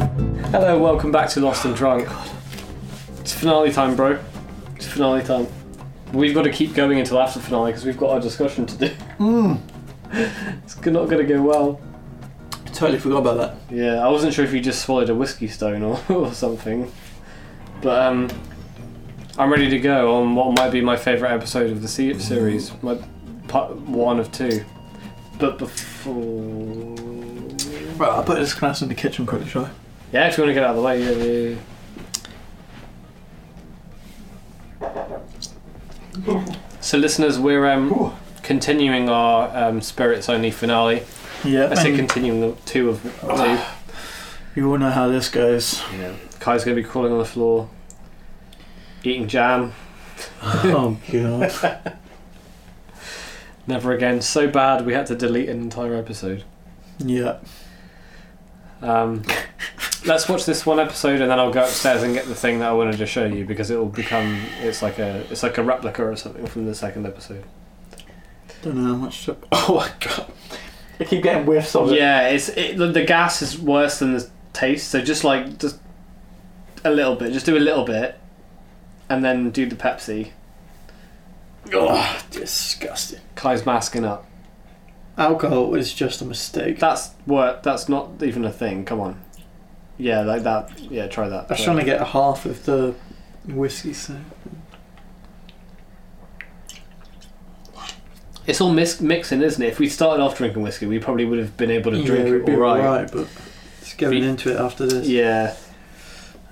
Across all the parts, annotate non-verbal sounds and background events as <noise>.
Hello, welcome back to Lost and Drunk. It's finale time, bro. It's finale time. We've got to keep going until after finale because we've got our discussion to do. <laughs> it's not going to go well. Totally forgot about that. Yeah, I wasn't sure if you just swallowed a whiskey stone or, <laughs> or something. But um, I'm ready to go on what might be my favourite episode of the se- series, my part one of two. But before. Right, I'll put this glass in the kitchen quickly, shall I? Yeah, if you want to get out of the way, yeah, yeah, yeah. So, listeners, we're um, Ooh. continuing our um, spirits only finale. Yeah, I say and continuing the two of two. you all know how this goes. Yeah. Kai's going to be crawling on the floor, eating jam. <laughs> oh, God. Never again. So bad we had to delete an entire episode. Yeah. Um, let's watch this one episode and then I'll go upstairs and get the thing that I wanted to show you because it will become it's like a it's like a replica or something from the second episode. Don't know how much to. <laughs> Oh, my God. I keep getting whiffs of it. Yeah, it's it, the the gas is worse than the taste. So just like just a little bit, just do a little bit, and then do the Pepsi. Oh, disgusting. Kai's masking up. Alcohol is just a mistake. That's what. That's not even a thing. Come on. Yeah, like that. Yeah, try that. I was trying to get half of the whiskey, so. It's all mis- mixing, isn't it? If we started off drinking whiskey, we probably would have been able to drink yeah, it we'd be all right. but it's getting Be- into it after this. Yeah.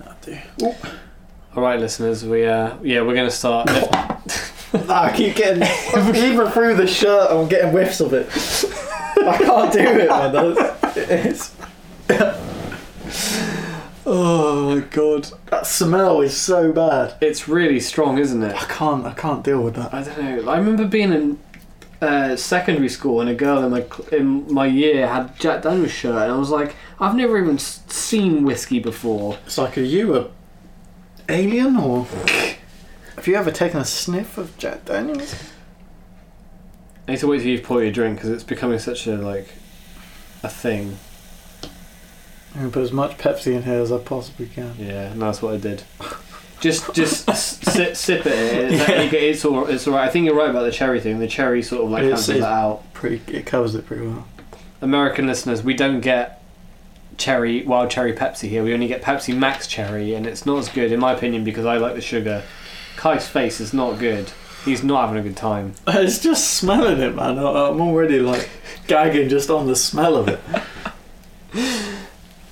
Oh, dear. All right, listeners. We uh, yeah, we're gonna <laughs> start. I keep getting even through the shirt. I'm getting whiffs of it. I can't do it, man. That's, it's, <laughs> oh my god, that smell is so bad. it's really strong, isn't it? I can't. I can't deal with that. I don't know. I remember being in uh, secondary school and a girl in my cl- in my year had Jack Daniel's shirt, and I was like, I've never even s- seen whiskey before. It's like, are you a alien or? Have you ever taken a sniff of Jack Daniels? I need to wait till you've poured your drink because it's becoming such a like a thing. I'm gonna put as much Pepsi in here as I possibly can. Yeah, and that's what I did. Just <laughs> just s- sip, sip it. It's, Yeah. it's all it's all right. I think you're right about the cherry thing. The cherry sort of like It's- cancels that it's- out. Pretty, it covers it pretty well. <laughs> American listeners, we don't get cherry wild cherry Pepsi here. We only get Pepsi Max Cherry, and it's not as good in my opinion because I like the sugar. Kai's face is not good. He's not having a good time. It's just smelling it, man. I- I'm already like gagging just on the smell of it.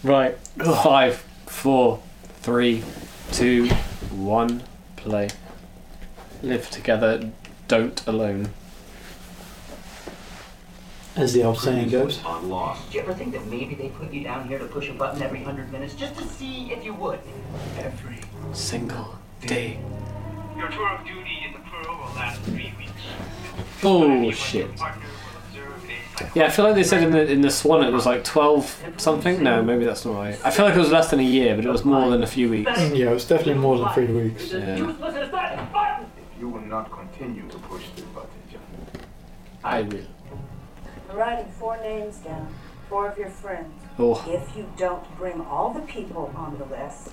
Right. Five, four, three, two, one. Play. Live together. Don't alone. As the old saying goes. On lost. Did you ever think that maybe they put you down here to push a button every hundred minutes just to see if you would? Every. Single day. Your tour of duty in the plural will last three weeks. Bullshit. Oh, Yeah, I feel like they said in the in the Swan it was like twelve something. No, maybe that's not right. I feel like it was less than a year, but it was more than a few weeks. Yeah, it's definitely more than three weeks. Yeah. You will not continue to push the button, John. I will. I'm writing four names down, four of your friends. Oh. If you don't bring all the people on the list,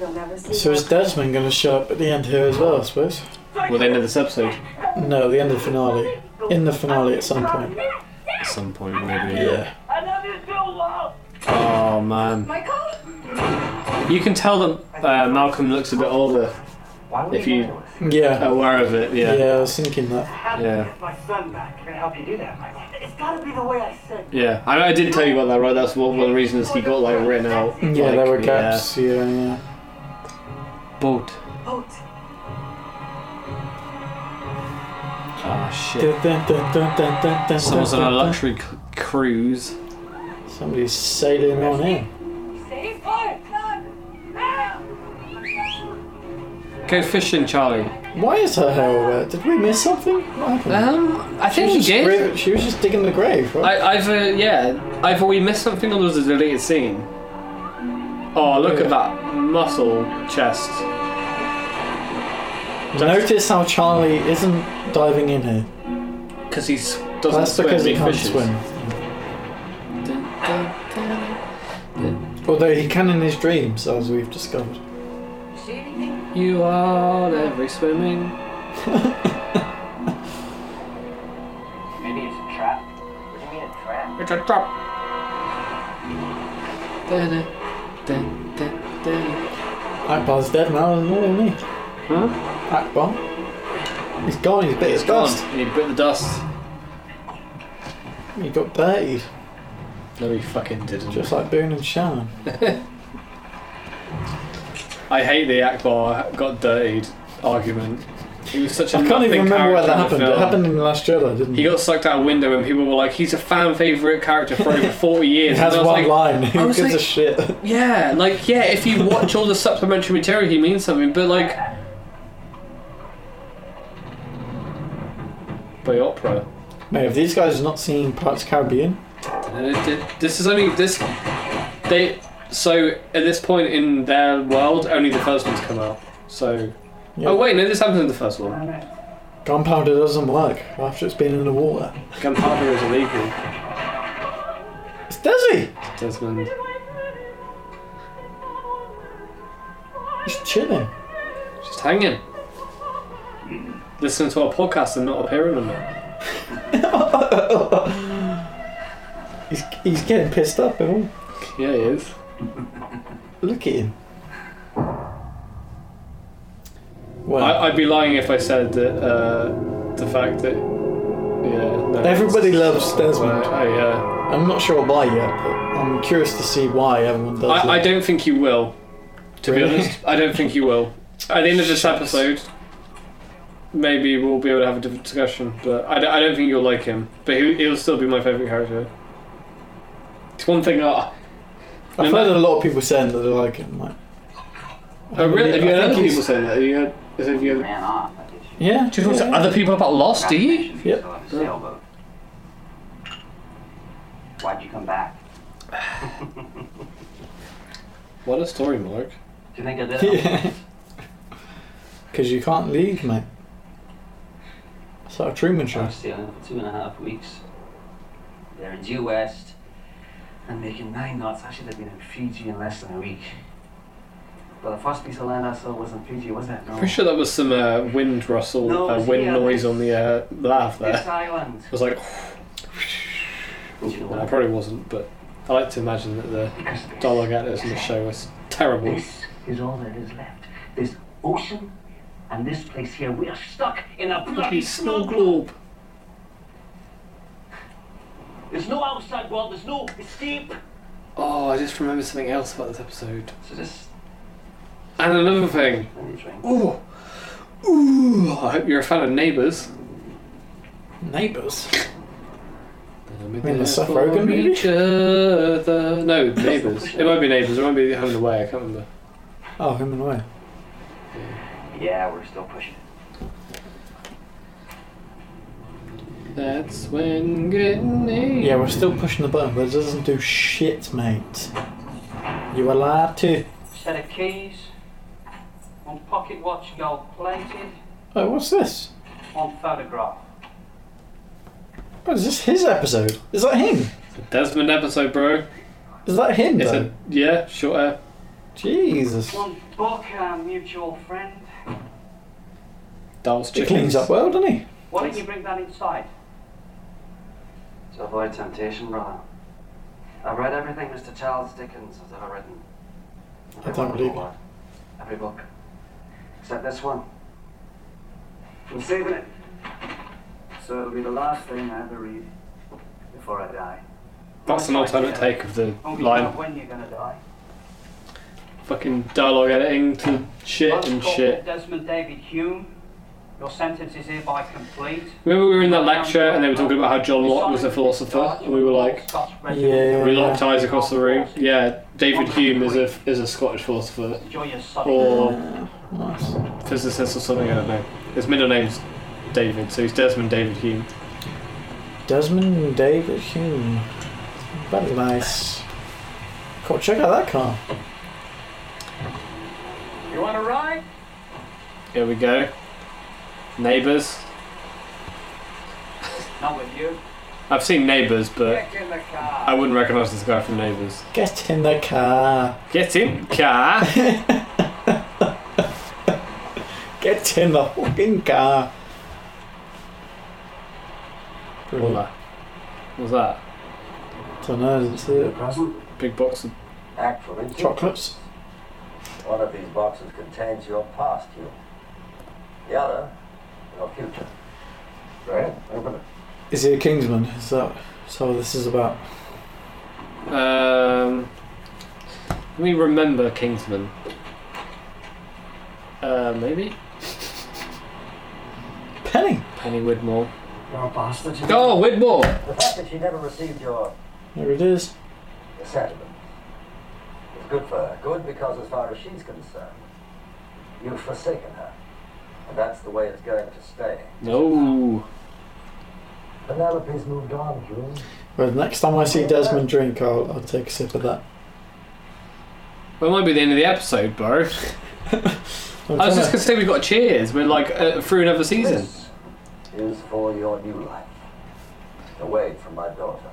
you'll never see. So is them. Desmond going to show up at the end here as well, I suppose? Well, the end of this episode. No, the end of the finale. In the finale at some point. At some point, maybe. Yeah. Oh, man. You can tell that uh, Malcolm looks a bit older, Why would if they you bother us? Yeah. aware of it, Oh, Yeah, yeah. I was thinking that. How do Yeah. we get my son back? We're gonna help you do that, Michael. It's gotta be the way I said. Yeah, I, I did tell you about that, right? That's one, one of the reasons he got, like, written out. Yeah, like, there were gaps. Yeah, yeah. Yeah. Boat. Boat. Oh, shit. Dun, dun, dun, dun, dun, dun, dun, Someone's on dun, a dun. luxury c- cruise. Somebody's sailing on in. Go fishing, Charlie. Why is her hair all wet? Did we miss something? What happened? Um, I think She he was did. just grave- She was just digging the grave, right? I, either yeah, either we missed something or there was a deleted scene. Oh, look at that muscle chest. Notice how Charlie isn't diving in here. Because he doesn't That's swim. because he can't fishes. swim. Although he can in his dreams, as we've discovered. You see anything? You are every swimming. Maybe it's a trap. What do you mean a trap? It's a trap. Dun, dun, dun, dun. Akbar's dead now, and all me. Huh? Akbar. He's gone, he's bit his dust. He bit the dust. He got dirty, No, he fucking didn't. just like Boone and Shannon. I hate the Akbar got dirtied argument. He was such a I can't nothing even remember where character in that the happened. It film. happened in The Last Jedi, didn't He it? got sucked out a window and people were like, he's a fan favourite character for over <laughs> 40 years. It has and I one was like, line. Who was gives a like- shit? Yeah, like, yeah, if you watch all the supplementary material, he means something, but like. By opera. Mate, have these guys not seen Pirates of the Caribbean? This is only. This. They. So, at this point in their world, only the first one's come out. So. Yeah. Oh, wait, no, this happens in the first one. Gunpowder doesn't work after it's been in the water. Gunpowder is illegal, It's Desi! Desmond. He's chilling. <laughs> Just hanging. Listening to our podcast and not appearing on it. He's, he's getting pissed up and all. Yeah, he is. Look at him. Well, I, I'd be lying if I said that uh, the fact that. Yeah. No, everybody it's- loves Desmond. Oh, yeah. I'm not sure why yet, but I'm curious to see why everyone does I, I it. don't think you will. To Really? be honest, I don't think you will. At the end of this episode, maybe we'll be able to have a different discussion, but I, don't- I don't think you'll like him. But he, he'll still be my favourite character. It's one thing I. <laughs> I've no heard matter- a lot of people saying that they like him. Like, Oh, really? Have you I heard think other he's- people say that? Have you heard, have you heard, Man off. I guess you Yeah. do you talk to other people about Lost, do you? Fascinations, Yep. so on a sailboat. Why'd you come back? What a story, Mark. Do you think <laughs> I did? it? <laughs> Yeah. Because you can't leave, mate. It's like a Truman I Show. was sailing for two and a half weeks. They're in due west and making nine knots. I should have been in Fiji in less than a week. But the first piece of land I saw was in Fiji, was it? No. Pretty sure that was some uh, wind rustle, No, uh, it's wind the, uh, noise on the uh, laugh there. This It island. was like, Do you know no, it what? probably wasn't, but I like to imagine that the Because this- dialogue at this in the show was terrible. This is all that is left. This ocean and this place here. We are stuck in a bloody Bloody snow snow globe. globe. There's no outside world. There's no escape. Oh, I just remembered something else about this episode. So just And another thing. let me drink. Oh, ooh, I hope you're a fan of Neighbours. Neighbours. mean, the Seth Rogen For movie? each other. No, Neighbours. it might be Neighbours. It might be Home and Away. I can't remember. Oh, him and away. Yeah, we're still pushing. That's when getting neighbors. Yeah, we're still pushing the button, but it doesn't do shit, mate. You were lied to. Set of keys. On pocket watch gold plated. Oh, what's this? On photograph. Oh, is this his episode? Is that him? Desmond episode, bro. Is that him, It's though? a yeah, short hair. Jesus. One book, our mutual friend. Dallas He chickens. cleans up well, doesn't he? Why don't you bring that inside? To avoid temptation, brother. I've read everything Mr. Charles Dickens has ever written. Every I don't wonderful believe it. word. Every book. Except this one. I'm saving it. So it'll be the last thing I ever read before I die. That's an alternate take of the Only know line. when you're gonna die. Fucking dialogue editing to shit Most and Corporal shit. Desmond David Hume, your sentence is hereby complete. Remember we were in that lecture and they were talking about how John Locke was a philosopher and we were like Yeah. we locked eyes across the room. Yeah, David Hume is a is a Scottish philosopher Enjoy your study. or Nice. physicist or something, I don't know. His middle name's David, so he's Desmond David Hume. Desmond David Hume. Very nice. Cool, check out that car. You want to ride? Here we go. Neighbours. Not with you. I've seen Neighbours, but Get in the car. I wouldn't recognise this guy from Neighbours. Get in the car. Get in, car. Get in the fucking car. What was Brilliant. that? What was that? Don't know, it's a Present. Big box of Actually, chocolates. one of these boxes contains your past, you. The other, your future. Right? Open it. Is he a Kingsman? Is that so? This is about. Um, let me remember Kingsman. Uh, maybe Penny. Penny Widmore. You're a bastard. you Oh, Widmore. The fact that she never received your There it is. sentiment is good for her. Good because, as far as she's concerned, you've forsaken her. And that's the way it's going to stay. No. Penelope's moved on, Jules. Well, next time I see Desmond drink, I'll, I'll take a sip of that. Well, it might be the end of the episode, bro. I was I'm trying just to- gonna say we got cheers. We're like uh, through another season. This is for your new life. Away from my daughter.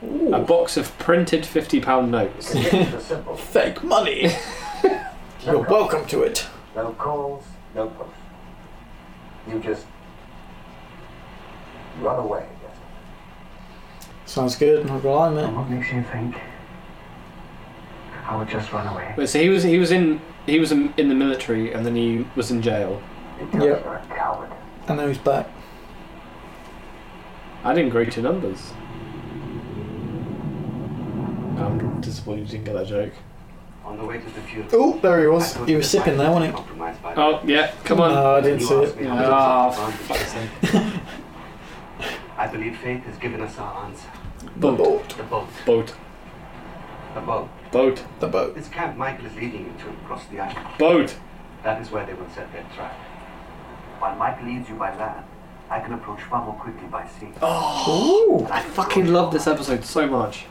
<laughs> A box of printed fifty-pound notes. It is simple. fake <laughs> money. No You're calls, welcome to it. No calls, no posts. You just run away. Sounds good. Not gonna lie, mate. What makes you think I would just run away? Wait, so he was he was in he was in, in the military and then he was in jail. Because Yeah. you're a coward. And now he's back. I didn't grow to numbers. I'm disappointed you didn't get that joke. On the way to the funeral. Oh, there he was. I He was thought sipping there, wasn't he? compromised by Oh yeah, come on. No, I that. didn't You see asked it. me how Ah, it was for on. fuck's sake. I believe fate has given us our answer. The Boat, boat. The boat. boat, The boat. boat, The boat. This camp Michael is leading you to across the island. boat. That is where they will set their trap. While Michael leads you by land, I can approach far more quickly by sea. Oh. Ooh. I fucking love this episode so much.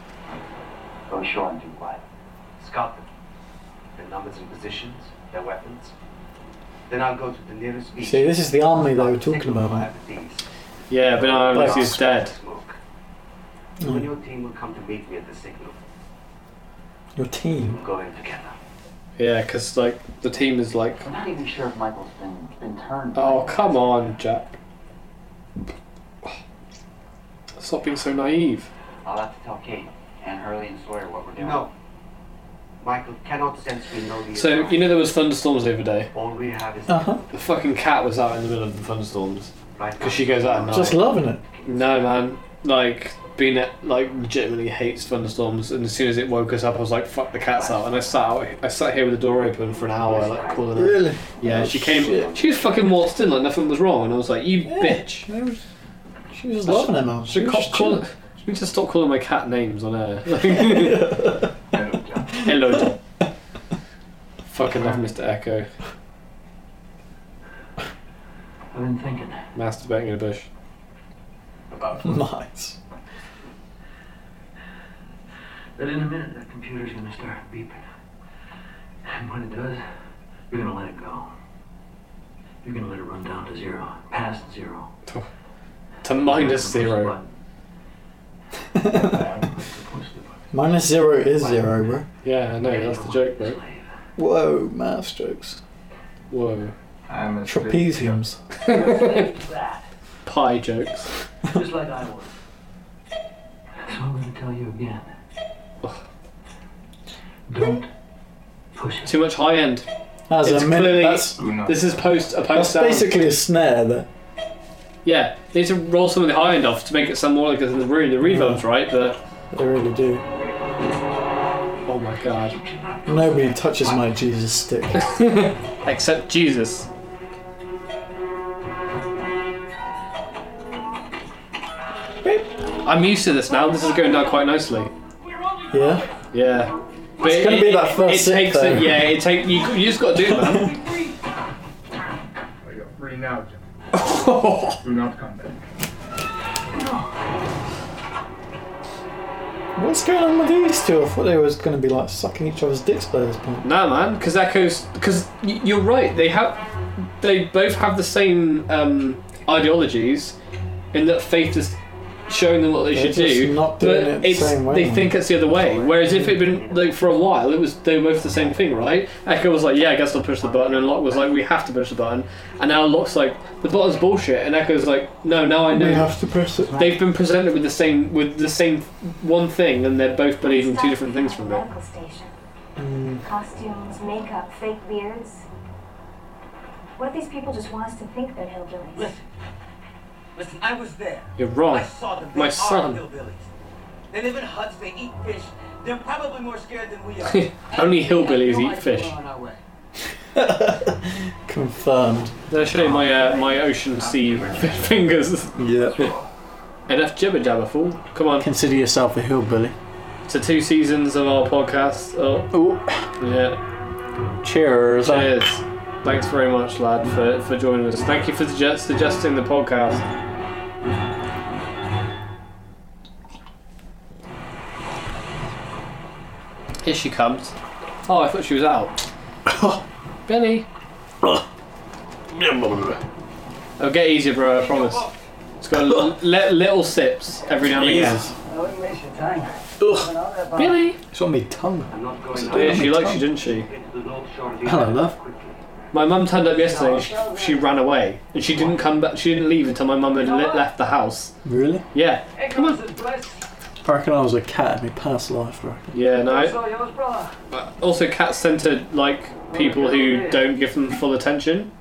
Go ashore and do what? Scout them. Their numbers and positions, their weapons. Then I'll go to the nearest beach. See, this is the army they were Take talking a look about. mate. at these. Yeah, but now Boat. Lucy's dead. Smoke. Mm. You and your team will come to meet me at the signal. Your team. We'll go in together. Yeah, because like the team is like, I'm not even sure if Michael's been, been turned. oh come on, Jack. Stop being so naive. I'll have to tell Kate and Hurley and Sawyer what we're doing. No. Michael cannot sense we know the So you Uh-huh. know there was thunderstorms the other day. All we have is Uh huh. The fucking cat was out in the middle of the thunderstorms. right now. Because she goes out at night. Just loving it. No, man. Like, being it, like, legitimately hates thunderstorms. And as soon as it woke us up, I was like, fuck the cat's out. And I sat out, I sat here with the door open for an hour, like, calling her. Yeah, Oh, she came. shit. She was fucking waltzed in like nothing was wrong. And I was like, you Yeah. bitch. They was- She was loving it, man. Should was cop call chilling. She needs to stop calling my cat names on air. <laughs> <laughs> Hello, John. Hello, John. fucking love Mr. Echo. I've been thinking. Masturbating in a bush. <laughs> About Nice. But in a minute, that computer's gonna start beeping. And when it does, you're gonna let it go. You're gonna let it run down to zero, past zero. To minus You're gonna zero. <laughs> Push the button. Push the button. Minus zero is zero, bro. Yeah, I know, You're that's the gonna joke, let it bro. slave. Whoa, math strokes. Whoa. I'm a Trapeziums. You're a slave to that, Pie jokes. Just like I was. So I'm gonna tell you again. Don't push it. Too much high end. That's It's a minute. clearly- that's Do not. This is post a that's post sound. basically a snare there. Yeah, they need to roll some of the high end off to make it sound more like it's in the room. The reverb's right, but They really do. oh my god. Nobody touches my Jesus <laughs> stick. Except Jesus. I'm used to this now. This is going down quite nicely. Yeah? Yeah. But it's gonna be that first It set, takes though. it. Yeah, it take you. You just got to do it, man. You're free now, John. <laughs> Do not come back. What's going on with these two? I thought they was going to be like sucking each other's dicks by this point. nah, man. Because Echo's. Because y- you're right. They have. They both have the same um, ideologies, in that faith is showing them what they They're should just do. not doing but it the it's, same way, they man. think it's the other way. Whereas if it'd been like for a while, it was they were both the same thing, right? Echo was like, "Yeah, I guess I'll push the button," and Locke was like, "We have to push the button." And now Locke's like, "The button's bullshit," and Echo's like, "No, now I We know." have to press it. They've been presented with the same with the same one thing, and they're both believing two different things from it. Medical station. Costumes, makeup, fake beards. What if these people just want us to think they're hillbillies? Listen. Listen, I was there. You're wrong. I saw that they My are son. hillbillies. They live in huts, they eat fish. They're probably more scared than we are. <laughs> Only And we have hillbillies no eat idea fish. we're on our way. Confirmed. They're showing my uh, my ocean sea <laughs> fingers. Yeah. Enough jibber jabber, fool. Come on. Consider yourself a hillbilly. To two seasons of our podcast. Oh, Ooh. yeah. Cheers. Cheers. Thanks very much, lad, for, for joining us. Thank you for suggest- suggesting the podcast. Here she comes. Oh, I thought she was out. Benny. Oh, get easier, bro. I promise. It's got li- li- little sips every now and again. Jesus. I wouldn't waste your time. Ugh. And all that bother- Billy. It's on my tongue. I'm not going Yeah, out. she likes you, didn't she? Hello, Hello, love. Quickly. My mum turned up yesterday. And she, she ran away, and she didn't come back. She didn't leave until my mum had le- left the house. Really? Yeah, come on. Ignorance is bliss. I reckon I was a cat in my past life, I reckon. Yeah, no. I- So yours, brother. Also, cats tend to like people who don't give them full attention.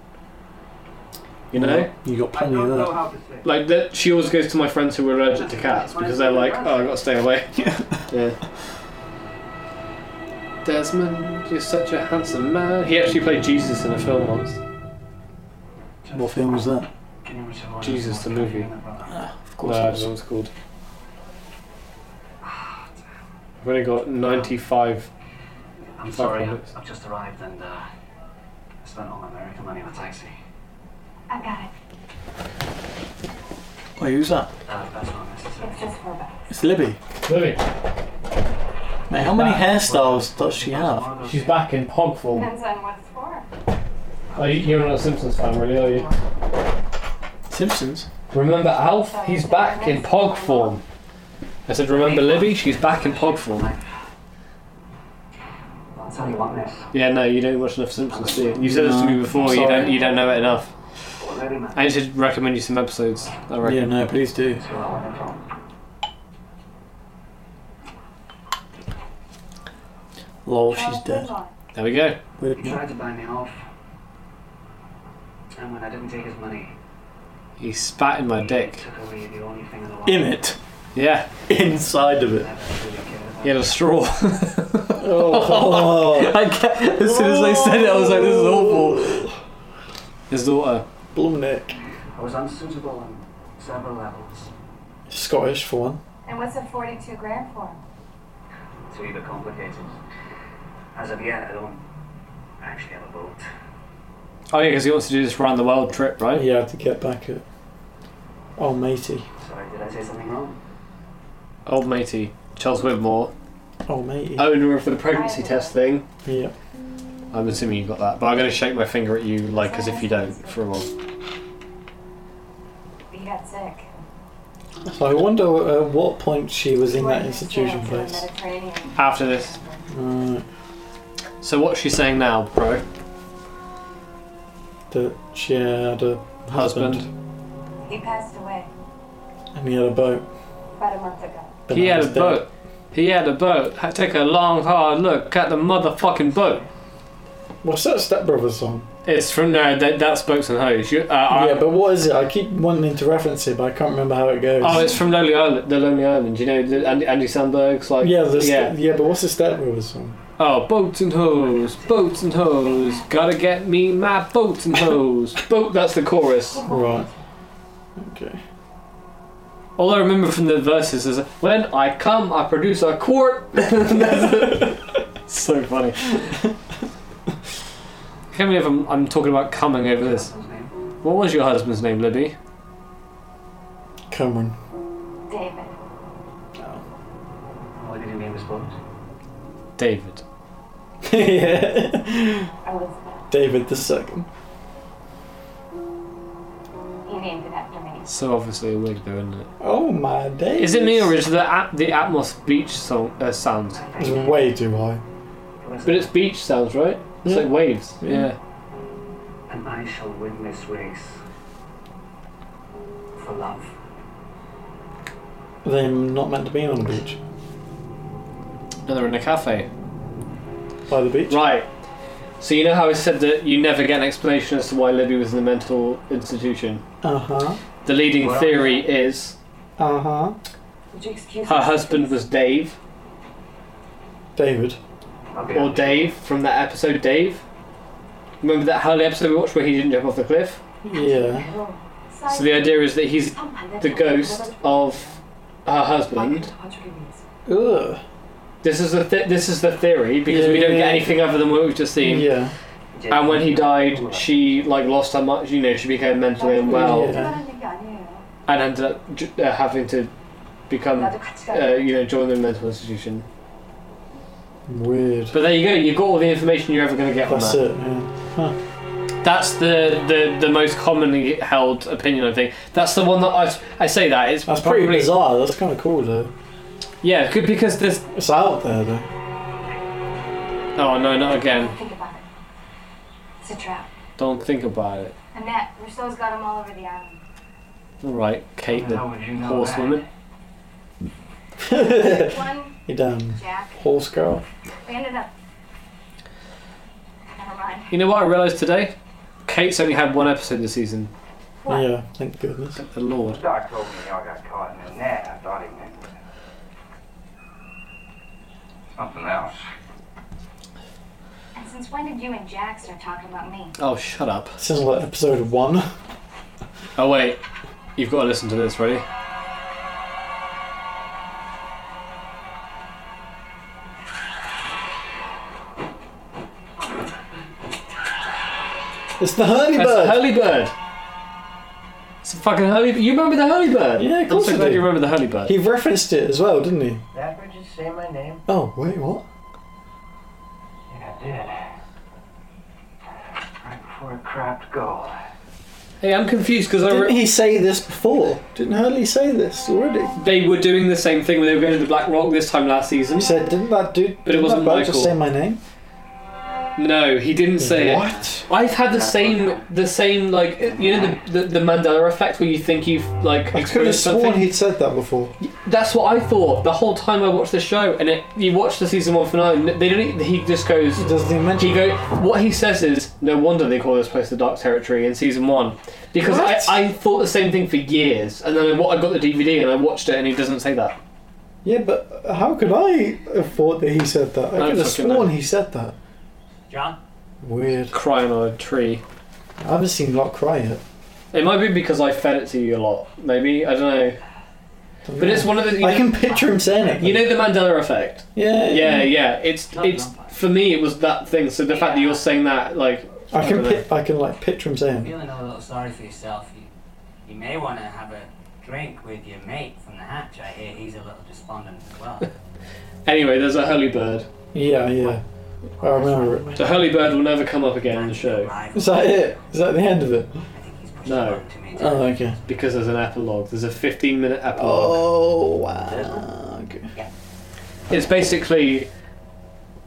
You know, You got I plenty of don't know that. how to say. like that. She always goes to my friends who are allergic to cats because they're like, "Oh, I gotta stay away." <laughs> Yeah. Desmond, you're such a handsome man. He actually played Jesus in a film once. What film was that? Can you reach out? Jesus, the movie. Of No, course I don't it was. know what it's called. I've only got 95. I'm sorry, I- minutes. I've just arrived and uh, I spent all my American money on a taxi. I've got it. Wait, who's that? Uh, that's not necessary. It's just her back. It's Libby. Lily, Mate, how many hairstyles does she have? she's back in hog form. Depends on what it's for. Oh, you- you're not a Simpsons fan, really, are you? Simpsons. Remember Alf? He's back in Pog form. I said, remember Libby? She's back in Pog form. I'll tell you what, miss. Yeah, no, you don't watch enough Simpsons, do you? You said this to me before. You don't, you don't know it enough. Lady man, I should recommend you some episodes. I Yeah, reckon. no, please do. see where I went from. Lol, she's dead. There we go. Weird, He man. tried to buy me off. And when I didn't take his money, He spat in my dick. took away the only thing in the world. In it. Yeah, Inside of it. that I really cared about. he had a straw. <laughs> <laughs> Oh. I ca- as soon as they said it, I was like, this is awful. His daughter. Blum neck. I was unsuitable on several levels. Scottish for one. And what's a 42 grand for? So either complicated. As of yet, I don't actually have a boat. Oh yeah, because he wants to do this round the world trip, right? Yeah, to get back at. Oh, matey. Sorry, did I say something wrong? Old matey, Charles Whitmore, Oh, matey. owner of the pregnancy test thing. Yeah. I'm assuming you got that, but I'm going to shake my finger at you, like as if you don't, for a while. He got sick. So I wonder at what point she was in Right, that institution it's, uh, place. Mediterranean. After this, Right. so what's she saying now, bro? That she had a husband, Husband. He passed away and he had a boat. about a month ago. but He now had a he's dead. boat. He had a boat. I take a long, hard look at the motherfucking boat. What's that stepbrother song? It's from no, that, that's Spokes and Hoes. You, uh, I- yeah, but what is it? I keep wanting to reference it, but I can't remember how it goes. oh, it's from Lonely Island. The Lonely Island. You know, the Andy, Andy Sandberg's like yeah, the yeah. yeah. yeah, but what's the stepbrother song? Oh, boats and hoes, boats and hoes, gotta get me my boats and hoes. Boat, that's the chorus. Right. Okay. All I remember from the verses is when I come, I produce a quart. <laughs> so funny. Can't believe I'm, I'm talking about coming over this. His name? What was your husband's name, Libby? Cameron. <laughs> David. What did he name his boat? David. yeah. um, Elizabeth. David the second. He named it after me. So obviously a wig, though, isn't it? Oh my days. Is it me or is the at- the Atmos beach song uh, sounds? It's way too high. But it's beach sounds, right? It's Yeah. like waves. Yeah. Yeah. and I shall win this race for love. They're not meant to be on a beach. No, they're in a cafe. By the beach. Right. So you know how I said that you never get an explanation as to why Libby was in the mental institution. Uh huh. The leading Well- theory is Uh huh. Would you excuse her us, husband please? was Dave David. Okay. or Dave from that episode. Dave. Remember that Hurley episode we watched where he didn't jump off the cliff? Yeah. So the idea is that he's the ghost of her husband. Ugh. This is the th- this is the theory because Yeah, we don't yeah. get anything other than what we've just seen. Yeah. And when he died, she like lost her much. You know, she became mentally unwell Yeah. and ended up j- uh, having to Um, become uh, you know join the mental institution. Weird. But there you go. You've got all the information you're ever going to get That's on that. it. Yeah. That's the, the the most commonly held opinion. I think that's the one that I I say that it's That's probably pretty bizarre. That's kind of cool though. yeah good because there's It's out there though. oh no not again. Think about it. It's a trap. Don't think about it. Annette, Rousseau's got them all over the <laughs> island. All right, Kate the How would you know horse that? woman. One, You damn Jack, horse girl. we ended up. Never mind. You know what I realised today? Kate's only had one episode this season. What? Yeah. Thank goodness. The Lord. Doc told me y'all got caught in a net. I thought he meant something else. And since when did you and Jack start talking about me? Oh, shut up. Sounds like episode one. <laughs> Oh, wait. You've got to listen to this, ready? It's the Hurley That's Bird. Hurley Bird. It's a fucking Hurley You remember the Hurley Bird? Yeah, of course I'm I so glad do. you remember the Hurley Bird. he referenced it as well, didn't he? Dapper just say my name? Oh wait, what? Yeah, I did. Right before it crapped gold. Hey, I'm confused because I Didn't re- he say this before? Didn't Hurley say this already? they were doing the same thing when they were going to the Black Rock this time last season. He said, didn't that dude? But it didn't wasn't that bird just Michael. say my name? No, he didn't say it. what? I've had the same, the same like you know the, the the Mandela effect where you think you've like I could have experienced sworn something. he'd said that before. That's what I thought the whole time I watched the show, and it, you watch the season one finale. They don't. e- He just goes. He doesn't even mention. He go. What he says is, no wonder they call this place the Dark Territory in season one, because I, What? I thought the same thing for years, and then I, wa- I got the DVD and I watched it, and he doesn't say that. Yeah, but how could I have thought that he said that? I No, could have fucking no. sworn he said that. John? Weird. Crying on a tree. I haven't seen Lot cry yet. It might be because I fed it to you a lot. Maybe I don't know. Don't But know. it's one of the. You, I can picture him saying it. you know the Mandela effect. Yeah. Yeah, yeah. It's No, it's no. for me. It was that thing. So the fact that you're saying that, like, I I can. dunno. Pi- I can like picture him saying. it. Feeling a little sorry for yourself, you, you may want to have a drink with your mate from the hatch. I hear he's a little despondent as well. anyway, there's a hurly bird. Yeah, yeah. I remember it. The Hurley Bird will never come up again in the show Rival. Is that it? Is that the end of it? I think he's pushed No. no. to me. Oh, okay. because there's an epilogue. There's a 15 minute epilogue. Oh wow. Okay. Oh. It's basically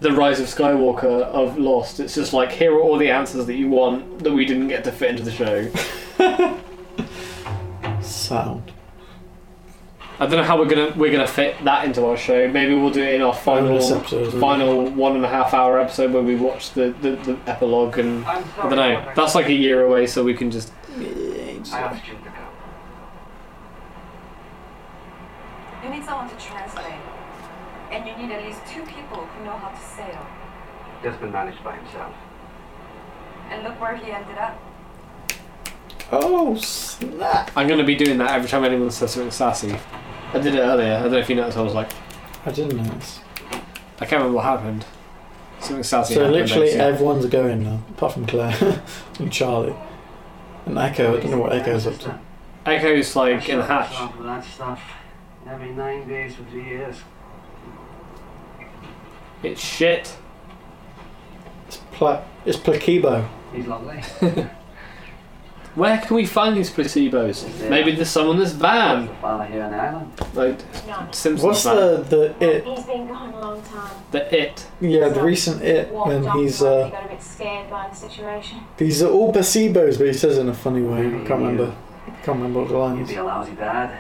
the rise of Skywalker of Lost. It's just like, here are all the answers that you want that we didn't get to fit into the show. Sound. I don't know how we're gonna we're gonna fit that into our show. Maybe we'll do it in our final Bonus episode, isn't it? final one and a half hour episode where we watch the, the, the epilogue and I'm I sorry. don't know. That's like a year away, so we can just I asked you to come. You need someone to translate. And you need at least two people who know how to sail. Just been managed by himself. And look where he ended up. Oh snap! I'm gonna be doing that every time anyone says something sassy. I did it earlier. I don't know if you noticed. I was like. I didn't notice. I can't remember what happened. Something sassy So happened. literally actually. everyone's going now, apart from Claire <laughs> and Charlie and Echo. I don't know what Echo's up to. Echo's like in the hatch. With that stuff every nine days for three years. It's shit. It's pla- it's placebo. He's lovely. Where can we find these placebos? Maybe there's some on this van, The father here on the island. like No. Simpsons What's van. the the it? He's been gone a long time. The it. Yeah, the recent it when Walked off he's when he uh got a bit scared by the situation. these are all placebos, but he says it in a funny way. I can't remember. Can't remember what the line You'd is. be a lousy dad.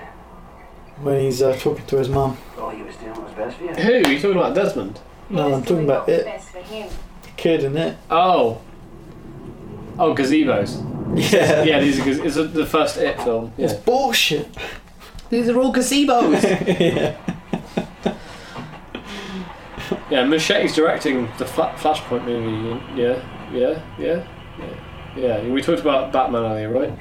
When he's uh, talking to his mum. All you was doing was best for you. Who? Are you talking about Desmond? No, I'm talking about it. Best for him. Kid and it. Oh. Oh, <laughs> gazebos. Yeah. Yeah, these are gaze- it's the first it film. It's Yeah. bullshit. These are all <laughs> gazebos. yeah. yeah, Machete's directing the Fla- Flashpoint movie. Yeah, yeah, yeah, yeah. Yeah, we talked about Batman earlier, right?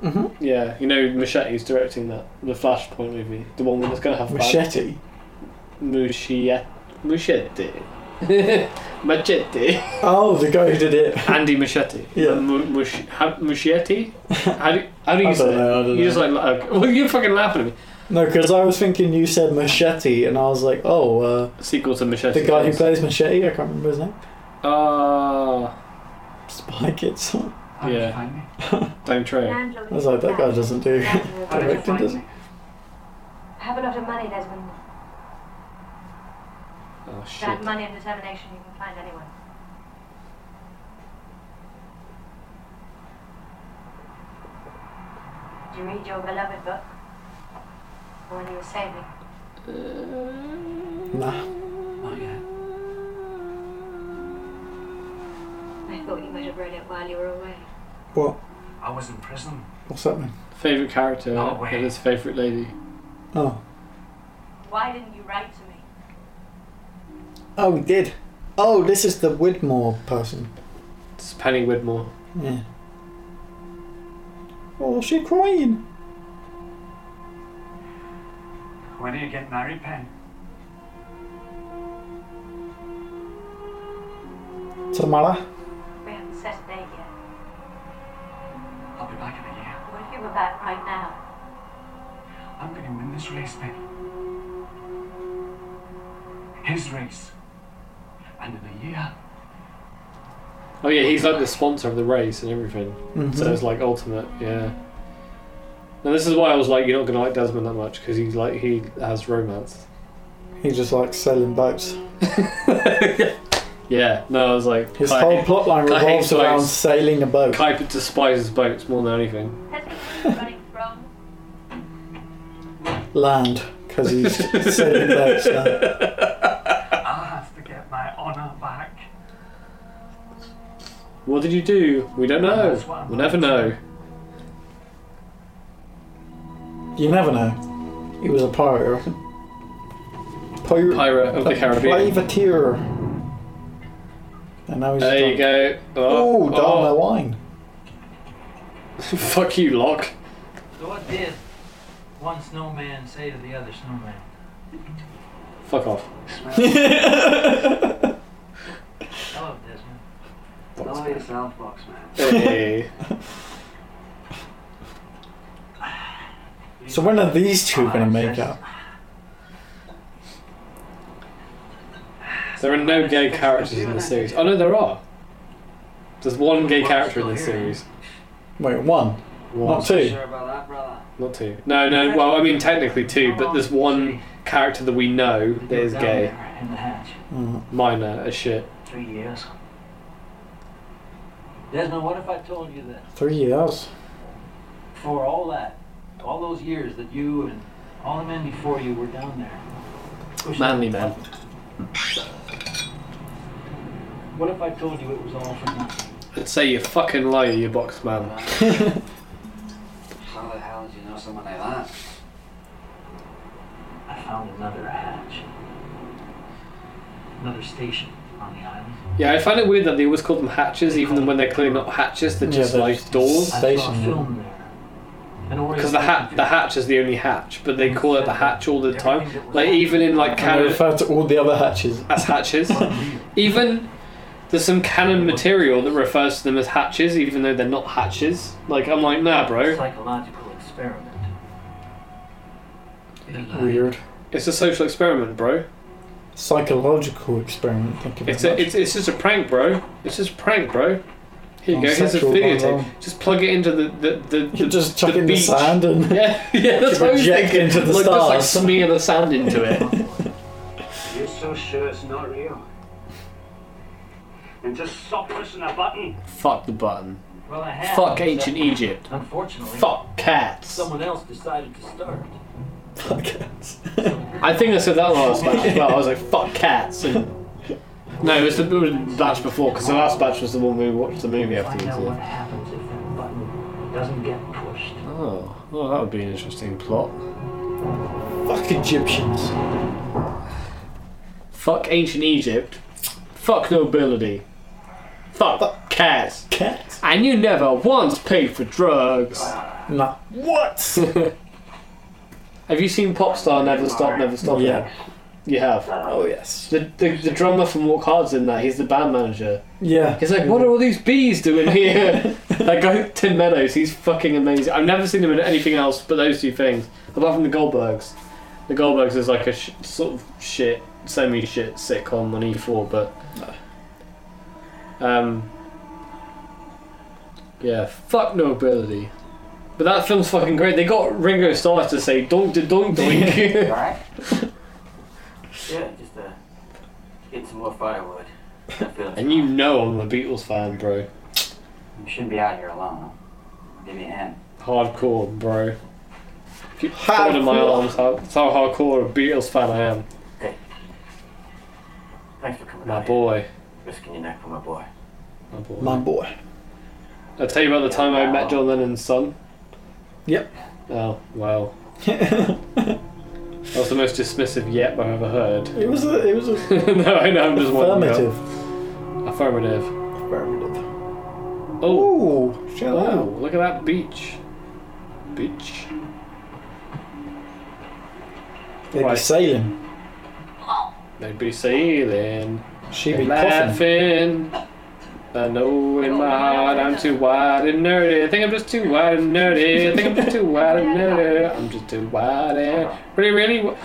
hmm Yeah, you know Machete's directing that the Flashpoint movie, the one that's gonna have Bat- Machete. Machete. <laughs> Machete. Machete. Oh, the guy who did it. Andy Machete. Yeah. M- mush- ha- machete? How do, how do you I say don't know, I it? don't You just know. like, like, <laughs> well, you're fucking laughing at me. No, because I was thinking you said machete, and I was like, oh, uh, Sequel to Machete. the guy who Kills. plays machete. I can't remember his name. Ah, Spy Kids. <laughs> I How did Yeah. you find me? don't try. Landlord was like, that guy is doesn't do. back. Landlord How did Directing you is back. find doesn't. me? Have a lot of money, Desmond. Oh shit. That money and determination, you can find anyone. Did you read your beloved book? The one you were saving? Nah. Not yet. I thought you might have read it while you were away. What? I was in prison. What's that mean? Favorite character No way. and his favorite lady. Oh. Why didn't you write to me? Oh, he did. Oh, this is the Widmore person. It's Penny Widmore. Yeah. Oh, she crying. When do you get married, Pen? Tamara. We haven't set a date yet. I'll be back in a year. What if you were back right now? I'm gonna win this race, Pen. His race. And in a year, Oh yeah, he's like the sponsor of the race and everything. Mhm. So it's like ultimate, yeah. And this is why I was like, you're not gonna like Desmond that much because he's like he has romance. He just likes sailing boats. Yeah. No, I was like His Kai- whole plotline Kai revolves hates around boats. sailing a boat. Kuiper despises boats more than anything. Desmond, where are you running from? Land. <laughs> Because he's sailing boats now. I'll have to get my honor back. What did you do? We don't know. That's what I'm We'll never know. You never know. He was a pirate, I reckon. Pirate. Pirate of the Caribbean. Privateer. And now he's There you done. go. Oh, Oh, down the wine. <laughs> Fuck you, Locke. So what did one snowman say to the other snowman? Fuck off. oh. <laughs> Hello, Desmond. Know yourself, Boxman. <laughs> Hey. So when are these two gonna make out? there are no gay characters in the series. Oh no, there are. There's one gay character in the series. Wait, one, One. not two. Sure about that, brother? Not two. No, no. Well, I mean technically two, but Oh, there's one character that we know that is Down gay. there In the hatch. Mm. Minor as shit. Three years. Desmond, what if I told you that Three years. for all that, all those years that you and all the men before you were down there? pushing- Manly men. What if I told you it was all for <laughs> nothing? I'd say you fucking liar, you box man. How the hell did you know someone like that? I found another hatch. Another station on the island. Yeah, I find it weird that they always call them hatches, even when they're clearly not hatches. They're Yeah, just they're like just- doors. I saw Station, a yeah. film there. An Oriental Because the hat, film. the hatch is the only hatch, but they call it the hatch all the time. Like even in like And I canon refer to all the other hatches. as hatches. Even there's some canon material that refers to them as hatches, even though they're not hatches. Like I'm like, nah, bro. Psychological experiment. Weird. It's a social experiment, bro. Psychological experiment. Think of It's it. a, it's, it's just a prank, bro. It's just a prank, bro. Here you I'm go. Here's a sexual, by the way. videotape. Just plug it into the the the, the You just chuck the in the beach. sand <laughs> and <laughs> Yeah, yeah. That's what I was project thinking. into the like, Just like stars. smear the sand into it. You're so sure it's not real. And just stop pushing a button. <laughs> Fuck the button. Well, I have. Fuck except ancient Egypt. Unfortunately, Fuck cats. someone else decided to start. buckets. I think I said that last batch as well. I was like, fuck cats. And... No, it was the it was the batch before, because the last batch was the one we watched the movie Find out what afterwards. happens if that button doesn't get pushed. Oh, well, that would be an interesting plot. Fuck Egyptians. Fuck ancient Egypt. Fuck nobility. Fuck cats. Cats. And you never once paid for drugs. Nah. <laughs> What? Have you seen Popstar Never Stop, Never Stop? yeah. You have. Oh yes. The, the, the drummer from Walk Hard's in that, he's the band manager. Yeah. He's like, what are all these bees doing here? <laughs> that guy, Tim Meadows, he's fucking amazing. I've never seen him in anything else but those two things, apart from the Goldbergs. The Goldbergs is like a sh- sort of shit, semi shit sitcom on E4, but. Um. Yeah, fuck nobility. But that film's fucking great. They got Ringo Starr to say donk de donk <laughs> <laughs> doink. Alright? yeah, just uh, get some more firewood. I feel and you know I'm a Beatles fan, bro. you shouldn't be out here alone. Huh? Give me a hand. Hardcore, bro. If you hardcore. in my Hardcore. arms, how, that's how hardcore a Beatles fan I am. Thanks for coming My out boy. here. Risking your neck for my boy. My boy. My boy. I'll tell you about the time I met John Lennon's son. Yep. Oh, <laughs> wow. it That was the most dismissive yep I've ever heard. <laughs> was a. It was a. no, I know, I'm just wondering. Affirmative. Affirmative. Affirmative. Oh, Ooh. Chill wow, out. look at that beach. Beach. They'd be Right. sailing. They'd be sailing, She'd be coughing. laughing. I know in my heart I'm too wide and nerdy. I think I'm just too wide and nerdy. I think I'm just too wide and nerdy. I'm just too wide and really, really.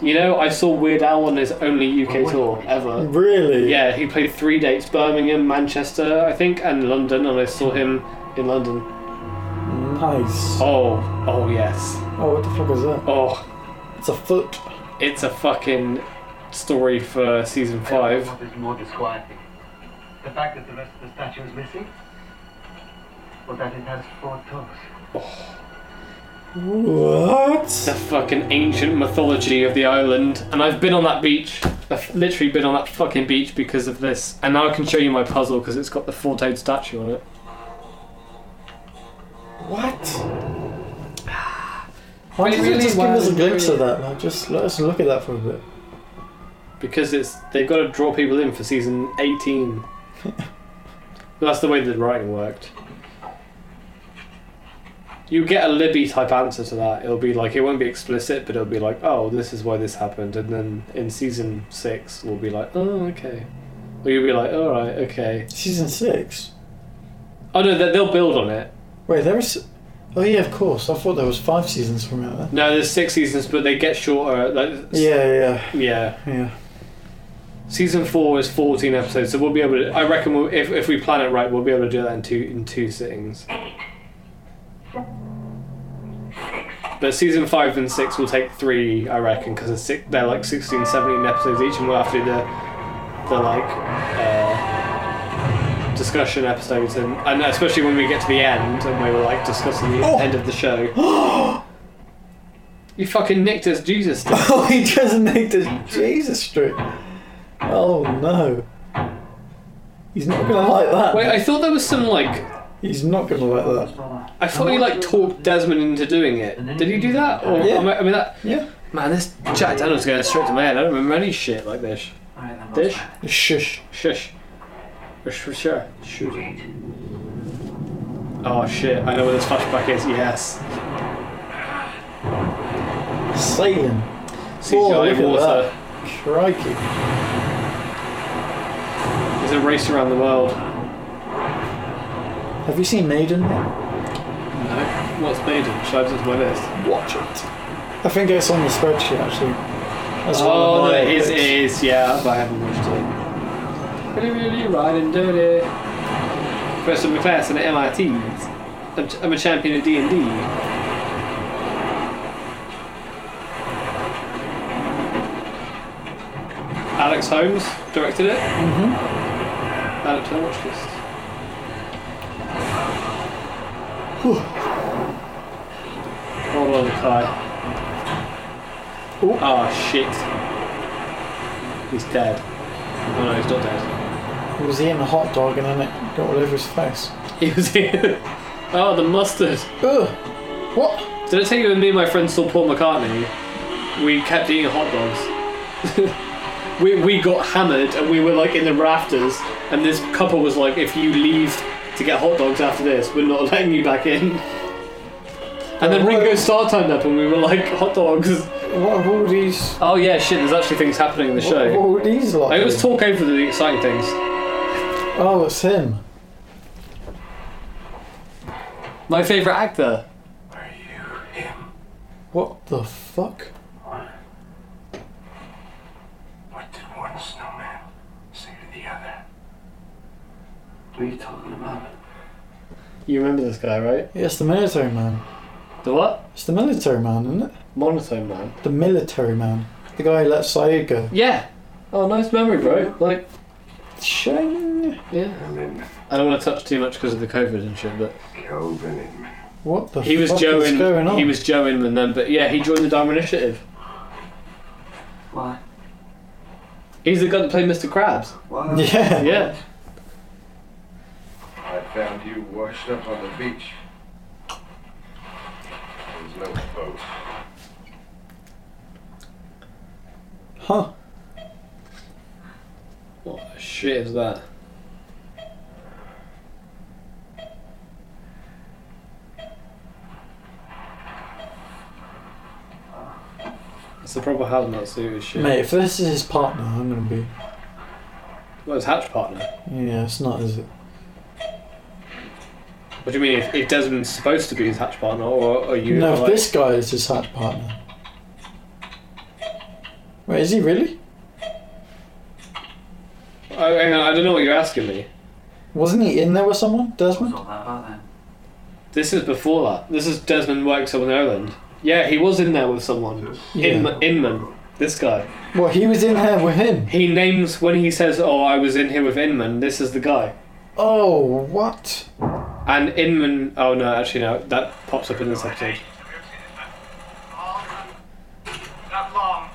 You know, I saw Weird Al on his only UK tour ever. Really? Yeah, he played three dates: Birmingham, Manchester, I think, and London. And I saw him in London. Nice. Oh, oh yes. Oh, what the fuck is that? Oh, It's a foot. it's a fucking story for season I don't know five. What is more disquieting? The fact that the rest of the statue is missing? Or that it has four toes? The What? fucking ancient mythology of the island, and I've been on that beach. I've literally been on that fucking beach because of this. And now I can show you my puzzle because it's got the four-toed statue on it. What? Why Really, did you just give really us a glimpse of wide. that? Like, just let us look at that for a bit. Because it's they've got to draw people in for season eighteen. <laughs> That's the way the writing worked. You get a Libby type answer to that. It'll be like it won't be explicit, but it'll be like, "Oh, this is why this happened," and then in season six, we'll be like, "Oh, okay," or you'll be like, "All right, okay." Season six. Oh no, they- they'll build on it. Wait, there is. Oh yeah, of course. I thought there was five seasons from out there. No, there's six seasons, but they get shorter. Like, s- Yeah, yeah, yeah. yeah. <laughs> Season four is fourteen episodes, so we'll be able to. I reckon we'll, if if we plan it right, we'll be able to do that in two in two sittings. But season five and six will take three, I reckon, because they're like 16, 17 episodes each, and we'll have to do the the like uh, discussion episodes, and, and especially when we get to the end and we were like discussing the end of the show. <gasps> you fucking nicked us, Jesus! Oh, he just nicked a Jesus strip. Oh no. He's not gonna like that. Wait, I thought there was some like He's not gonna like that. I thought he like talked Desmond into doing it. Did he do that? Or Yeah. I, mean, I mean that Yeah. man, this Jack Daniel's going straight to my head. I don't remember any shit like this. Alright, then Dish, Shush. shush, shush, for sure. Shoot. Oh shit! I know where this flashback is. Yes. Sailing. CGI look at water. Crikey. There's a race around the world. Have you seen Maiden? No. What's Maiden? Should I just my list? Watch it. I think it's on the spreadsheet actually. That's one of Oh, my no, his picks. is yeah, but I haven't watched it. Really, really riding dirty. First in my class and at MIT. I'm, ch- I'm a champion at D&D. Alex Holmes directed it. Mm-hmm. Added to the watch list. Hold on, Kai. Ooh. Oh shit. He's dead. Oh no, he's not dead. <laughs> It was eating a hot dog and then it got all over his face. He was here. oh, the mustard. Ugh. What? Did I tell you when me and my friend saw Paul McCartney? We kept eating hot dogs. <laughs> we, we got hammered and we were like in the rafters, and this couple was like, if you leave to get hot dogs after this, we're not <laughs> letting you back in. And then Ringo Starr turned up and we were like, hot dogs. What are all these? Oh yeah, shit, there's actually things happening in the What, show. what are these like? It was talk over the exciting things. oh, it's him. My favourite actor. What the fuck? What did one snowman say to the other? What are you talking about? You remember this guy, right? Yeah, it's the military man. The what? It's the military man, isn't it? Monotone Man. The military man. The guy who let Sayid go. Yeah. Oh, nice memory, bro. Like, Shane. yeah. Then I don't want to touch too much because of the COVID and shit, but Kelvin and What the he was fuck Joe is going in. on? He was Joe Inman then, but yeah, he joined the Dharma Initiative. Why? He's the guy that played Mr. Krabs. What? <laughs> Yeah. Yeah. I found you washed up on the beach. There's no boat. Huh. What the shit is that? It's the proper hazmat suit as shit. Mate, if this is his partner, I'm gonna be. Well, it's Hatch partner. Yeah, it's not, is it? What do you mean? If, if Desmond's supposed to be his Hatch partner, or are you? no, if like- this guy is his hatch partner. Wait, is he really? I, hang on, I don't know what you're asking me. Wasn't he in there with someone, <laughs> What's Desmond? all that about then? This is before that. This is Desmond works on Ireland. Yeah, he was in there with someone. Inman, Inman. This guy. Well, he was in there with him. He names when he says, "Oh, I was in here with Inman." This is the guy. Oh, what? And Inman. Oh no, actually no. That pops up in this episode. Not long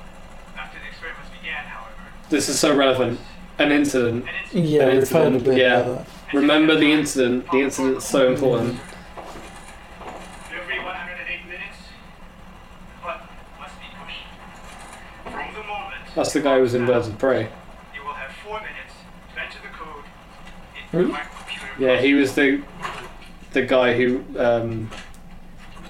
after the experiments began, however. This is so relevant. An incident. And it's Yeah, An we've heard a incident, bit yeah. about Remember the incident. The incident's so important. every 108 minutes, but must be pushed. From the moment, That's the guy who was in Birds of Prey. you will have four minutes to enter the code into Really? my computer. Yeah, he was the the guy who um,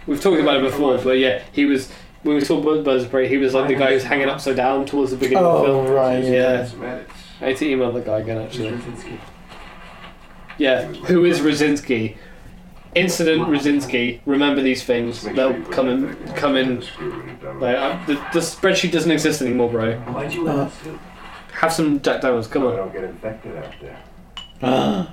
we've talked about it before, but yeah, he was when we saw Bird- Birds of Prey, he was like the guy who's hanging upside down towards the that. beginning of the Oh, film. right, yeah. Yeah, It's Maddox. I need to email the guy again actually. Krasinski. Yeah, who is Rosinski? Incident Rosinski. Remember these things. They'll come in. Come in. Like, I, the, the spreadsheet doesn't exist anymore, bro. Why'd you wear Uh. that suit? Have some Jack Daniels. Come I on. don't get infected out there. Ah.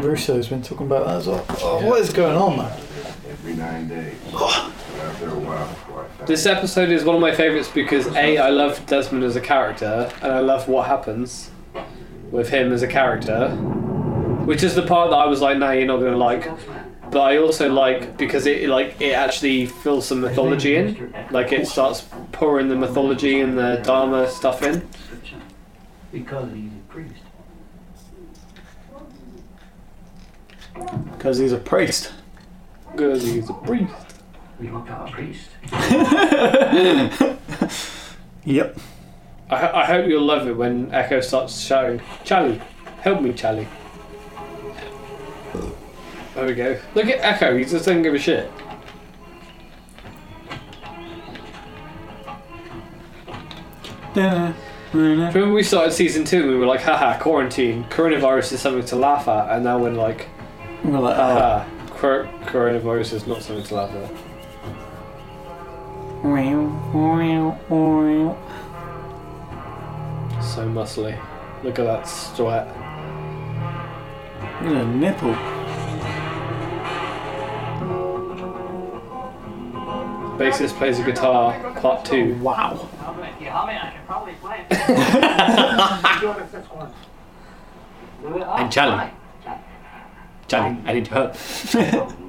Russo's been talking about that as well. Oh, What is going on, man? Every nine days. Oh. But after a while before I found This episode is one of my favourites because A, I love Desmond as a character, and I love what happens with him as a character, which is the part that I was like, "No, you're not gonna like." But I also like because it like it actually fills some mythology in, like it starts pouring the mythology and the Dharma stuff in. Description. Because he's a priest. Because he's a priest. Because he's a priest. We looked at a priest. <laughs> Yep. I, ho- I hope you'll love it when Echo starts shouting, "Charlie, help me, Charlie." There we go. Look at Echo. He just doesn't give a shit. Do you Remember we started season two and we were like, haha, quarantine, coronavirus is something to laugh at, and now we're like, We're like, ah. ah, cor- coronavirus is not something to laugh at. so muscly. Look at that sweat. Yeah, nipple. Bassist plays a guitar, part two. Wow. If you have it, I can probably play <laughs> it. I'm Challen. Charlie, I need help.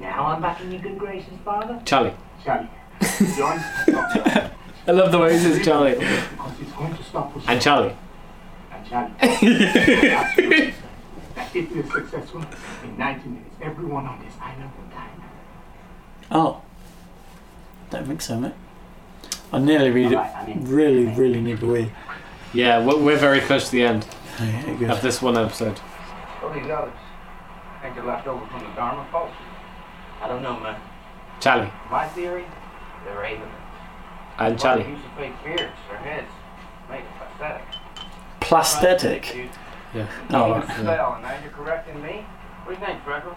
Now I'm back in your good graces, father. Charlie. <laughs> Charlie, John, doctor, I love the way he says Charlie. because it's going to stop us. And Charlie. <laughs> And Charlie, if we are successful, in 90 minutes, everyone on this island will die. Oh. Don't think so, mate. I nearly read it. Alright, I'm in. Really, really need to wee. yeah, we're, we're very close to the end Yeah, it of goes- this one episode. What these others? I think they're left over from the Dharma folks. I don't know, man. Charlie. My theory, They're able. And the Charlie. use of fake beards, their heads, make it pathetic. Plastetic. Yeah. Oh, You're a right. spell, and now you're correcting me? What do you think, Freckles?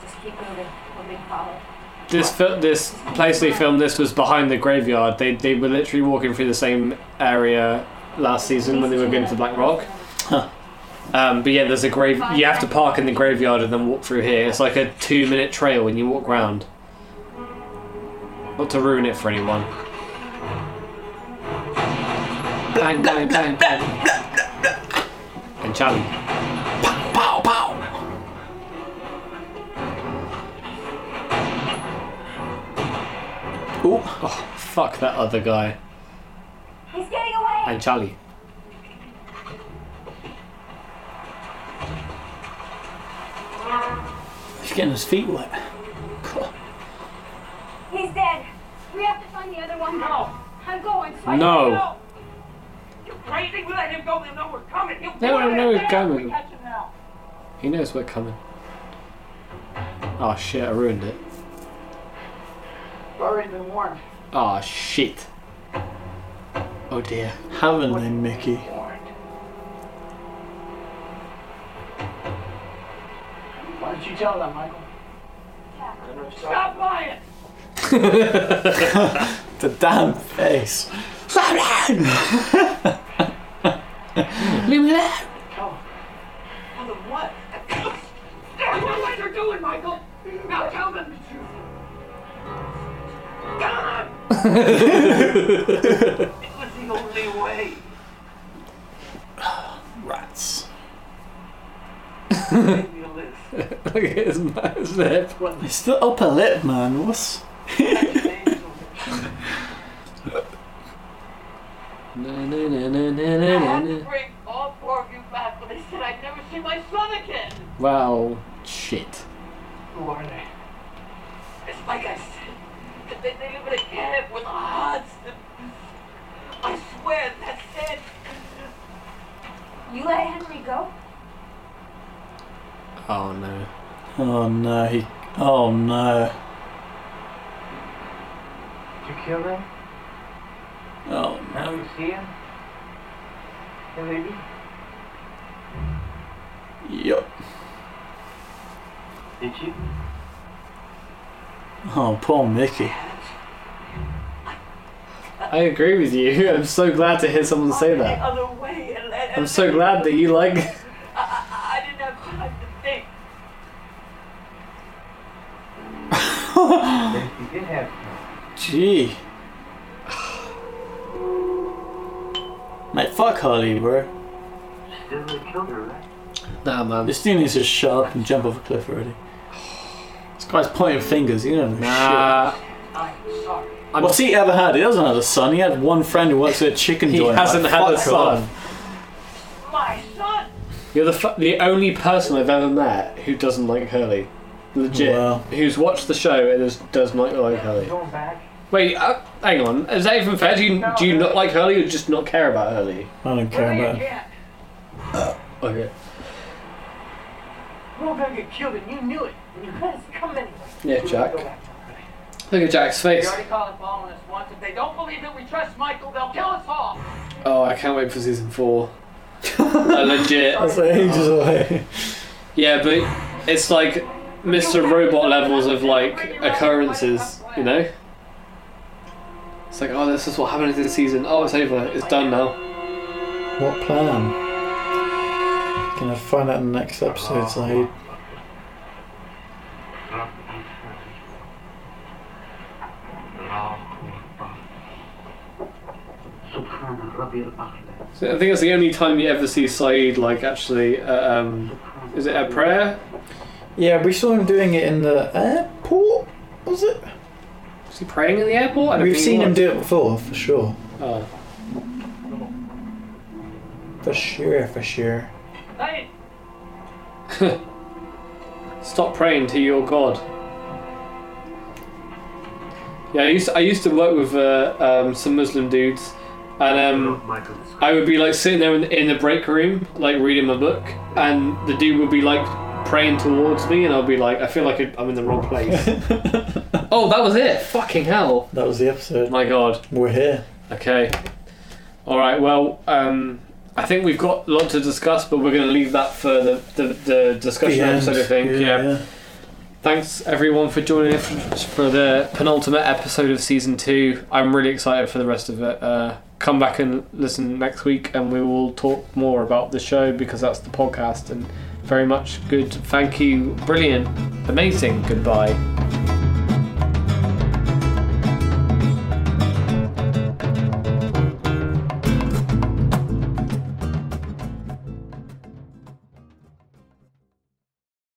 Just keep moving. We're being followed. This fil- this place they filmed this was behind the graveyard. They, they were literally walking through the same area last season when they were going to Black Rock. Um, but yeah, there's a grave. You have to park in the graveyard and then walk through here. It's like a two minute trail when you walk round. Not to ruin it for anyone. Bang, bang, bang, bang. And Charlie. Pow, pow. Ooh. Oh, fuck that other guy. He's getting away. And Charlie. He's getting his feet wet. He's dead. We have to find the other one. No. I'm going. No. You're crazy. We let him go. They'll know we're coming. He'll They don't know we're coming. Catch him now. He knows we're coming. Oh shit, I ruined it. Already been warned. Oh shit. Oh dear. Haven't they, Mickey? Warned. Why don't you tell them, Michael? I don't know if you saw- Stop lying. The damn face. Tell them what? I know what they're doing, Michael. Now tell them the truth. God! it was the only way. Rats. Give me a list. <laughs> Look at his nose there. It's the upper lip, man. What's. I had to bring all four of you back, but they said I'd never see my son again. Wow. Shit. Who are they? It's like I said. that They, they live in a camp with odds. I swear that's it. You let Henry go? Oh no. Oh no, he. Oh no. Did you kill them? Oh Now no. you see him? Hey, lady. Yup. Did you? Oh, poor Mickey. I agree with you. <laughs> I'm so glad to hear someone say The that. other way. And, and, I'm so glad that you like. <laughs> I, I, I didn't have time to think. Yes, you did have Gee. Mate, fuck Harley, bro. Didn't they kill her, right? Nah, man. This dude needs to shut up and jump off a cliff already. This guy's pointing fingers, you know. Nah. I'm sorry. I'm- What's he ever had? He doesn't have a son. He had one friend who works at a chicken He joint. hasn't Like, had a fuck son. off. My son! You're the f- the only person I've ever met who doesn't like Hurley. Legit. Wow. Who's watched the show and is, does not like Hurley. Going back. Wait, uh, hang on. Is that even fair? Do you, do you not like Hurley or just not care about Hurley? I don't care about him. Yeah. Okay. We were gonna get killed and you knew it. And you could have come anyway. Yeah, Jack. Go back to her. Look at Jack's They face. already called us all on us once. If they don't believe that we trust Michael, they'll kill us all. Oh, I can't wait for season <laughs> four. Like, legit. That's ages away. Yeah, but it's like Mr. Robot levels of like occurrences, you know? It's like, oh, this is what happened in this season. Oh, it's over. It's done now. What plan? Gonna find out in the next episode, Saeed. So I think that's the only time you ever see Saeed like actually. Uh, um, is it a prayer? Yeah, we saw him doing it in the airport, was it? Is he praying in the airport? I don't We've think he seen him was. do it before, for sure. Oh. For sure, for sure. Hey! Stop praying to your God. Yeah, I used to, I used to work with uh, um, some Muslim dudes, and um, Michael, I would be like sitting there in, in the break room, like reading my book, and the dude would be like praying towards me, and I'd be like, I feel like I'm in the wrong <laughs> place. that oh, that was it! Fucking hell! Oh was the episode. My God. We're here. Okay. All right. Well, um, I think we've got a lot to discuss, but we're going to leave that for the the, the discussion The episode. I end. think. yeah. yeah. Thanks everyone for joining us for the penultimate episode of season two. I'm really excited for the rest of it. Uh, come back and listen next week, and we will talk more about the show because that's the podcast. And very much good. Thank you. Brilliant. Amazing. Goodbye.